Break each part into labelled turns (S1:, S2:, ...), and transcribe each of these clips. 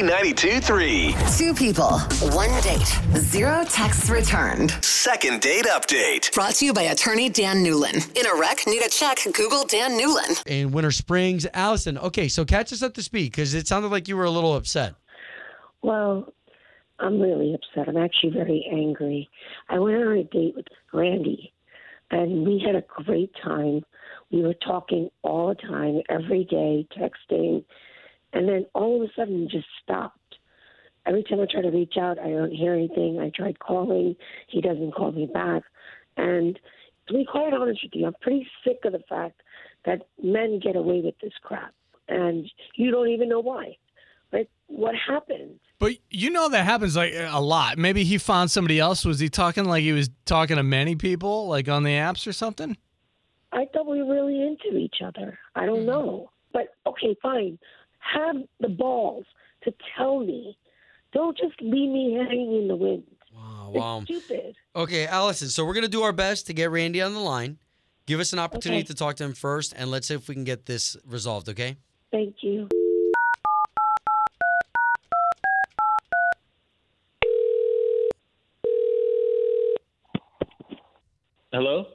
S1: K92 3.
S2: Two people, one date, zero texts returned.
S1: Second date update.
S2: Brought to you by attorney Dan Newlin. In a wreck, need a check, Google Dan Newlin.
S3: in Winter Springs. Allison, okay, so catch us up to speed because it sounded like you were a little upset.
S4: Well, I'm really upset. I'm actually very angry. I went on a date with Randy, and we had a great time. We were talking all the time, every day, texting, and then all of a sudden it just stopped. Every time I try to reach out, I don't hear anything. I tried calling, he doesn't call me back. And to be quite honest with you, I'm pretty sick of the fact that men get away with this crap, and you don't even know why. Like, what happened?
S5: But you know that happens like a lot. Maybe he found somebody else. Was he talking like he was talking to many people, like on the apps or something?
S4: I thought we were really into each other. I don't
S3: Hmm.
S4: know. But okay, fine. Have the balls to tell me. Don't just leave me hanging in the wind.
S3: Wow,
S4: It's stupid.
S3: Ah, Okay, Allison, so we're going to do our best to get Randy on the line. Give us an opportunity
S4: Okay.
S3: to talk to him first, and let's see if we can get this resolved, okay?
S4: Thank you.
S6: Hello?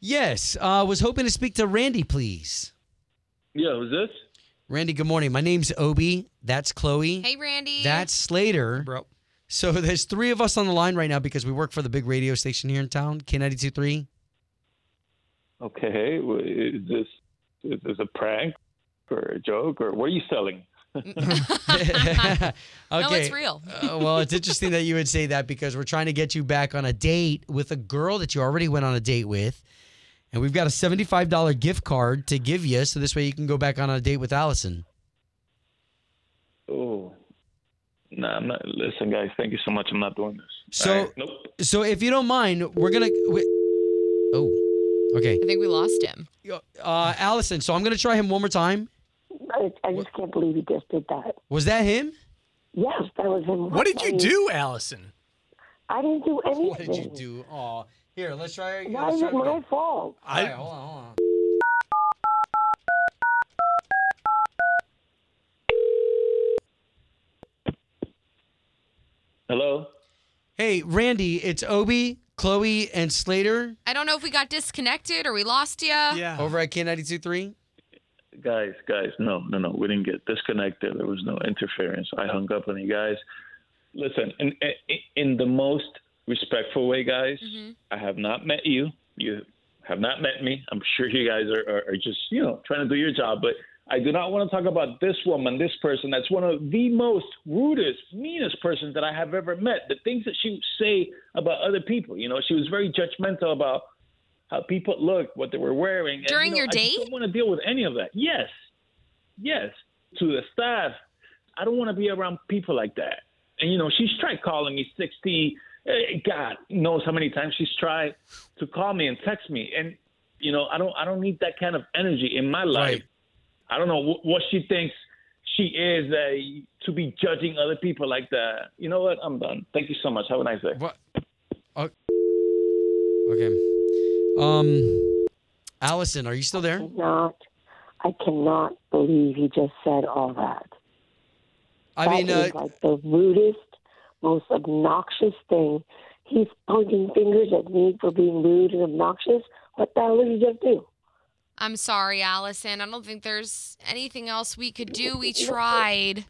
S3: Yes, uh, was hoping to speak to Randy, please.
S6: Yeah, who's this?
S3: Randy, good morning. My name's Obi. That's Chloe.
S7: Hey, Randy.
S3: That's Slater.
S5: Bro.
S3: So there's three of us on the line right now because we work for the big radio station here in town, K92.3.
S6: Okay, w- is this is this a prank or a joke or what are you selling?
S3: okay.
S7: No, it's real.
S3: uh, well, it's interesting that you would say that because we're trying to get you back on a date with a girl that you already went on a date with. And we've got a $75 gift card to give you so this way you can go back on a date with Allison.
S6: Oh, no, I'm not. Listen, guys, thank you so much. I'm not doing this.
S3: So-
S6: All right, nope.
S3: So if you don't mind, we're going to. Oh, okay.
S7: I think we lost him.
S3: Uh, Allison, so I'm going to try him one more time.
S4: I, I just can't believe he just did that.
S3: Was that him?
S4: Yes, that was him.
S5: What did
S4: I
S5: you
S4: mean,
S5: do, Allison?
S4: I didn't do anything.
S3: What did you do? Oh, here, let's try.
S4: Why is it my fault?
S3: I,
S5: I,
S3: hold on, hold on.
S6: Hello?
S3: Hey, Randy, it's Obi, Chloe, and Slater
S7: I don't know if we got disconnected or we lost you.
S5: yeah.
S3: over at K92.3.
S6: Guys, guys, no, no, no. We didn't get disconnected. There was no interference. I hung up on you guys. Listen, in, in, in the most respectful way, guys,
S7: Mm-hmm.
S6: I have not met you. You have not met me. I'm sure you guys are, are, are just, you know, trying to do your job. But I do not want to talk about this woman, this person. That's one of the most rudest, meanest persons that I have ever met. The things that she would say about other people, you know, she was very judgmental about how people looked, what they were wearing. and, you
S7: During
S6: know,
S7: your
S6: I just
S7: date?
S6: don't want to deal with any of that. Yes, yes, to the staff. I don't want to be around people like that. And you know, she's tried calling me 60, eh, God knows how many times she's tried to call me and text me. And you know, I don't, I don't need that kind of energy in my life.
S3: Right.
S6: I don't know wh- what she thinks she is uh, to be judging other people like that. You know what? I'm done. Thank you so much. Have a nice day.
S3: What? Oh. Okay. Um, Allison, are you still there?
S4: Not. I cannot believe he just said all that.
S3: I mean,
S4: that
S3: uh,
S4: is like the rudest, most obnoxious thing. He's pointing fingers at me for being rude and obnoxious. What the hell did he just do?
S7: I'm sorry, Allison. I don't think there's anything else we could do. We tried.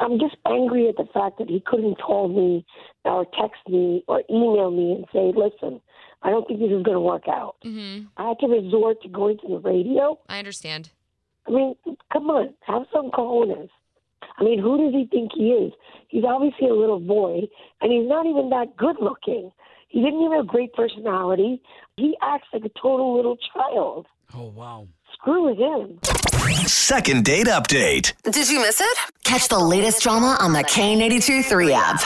S4: I'm just angry at the fact that he couldn't call me or text me or email me and say, listen, I don't think this is going to work out.
S3: Mm-hmm.
S7: hmm
S4: I had to resort to going to the radio.
S7: I understand.
S4: I mean, come on, have some cojones. I mean, who does he think he is? He's obviously a little boy, and he's not even that good looking. He didn't even have a great personality. He acts like a total little child.
S3: oh wow.
S4: Screw him.
S1: Second date update.
S2: Did you miss it? Catch the latest drama on the K82 3 app.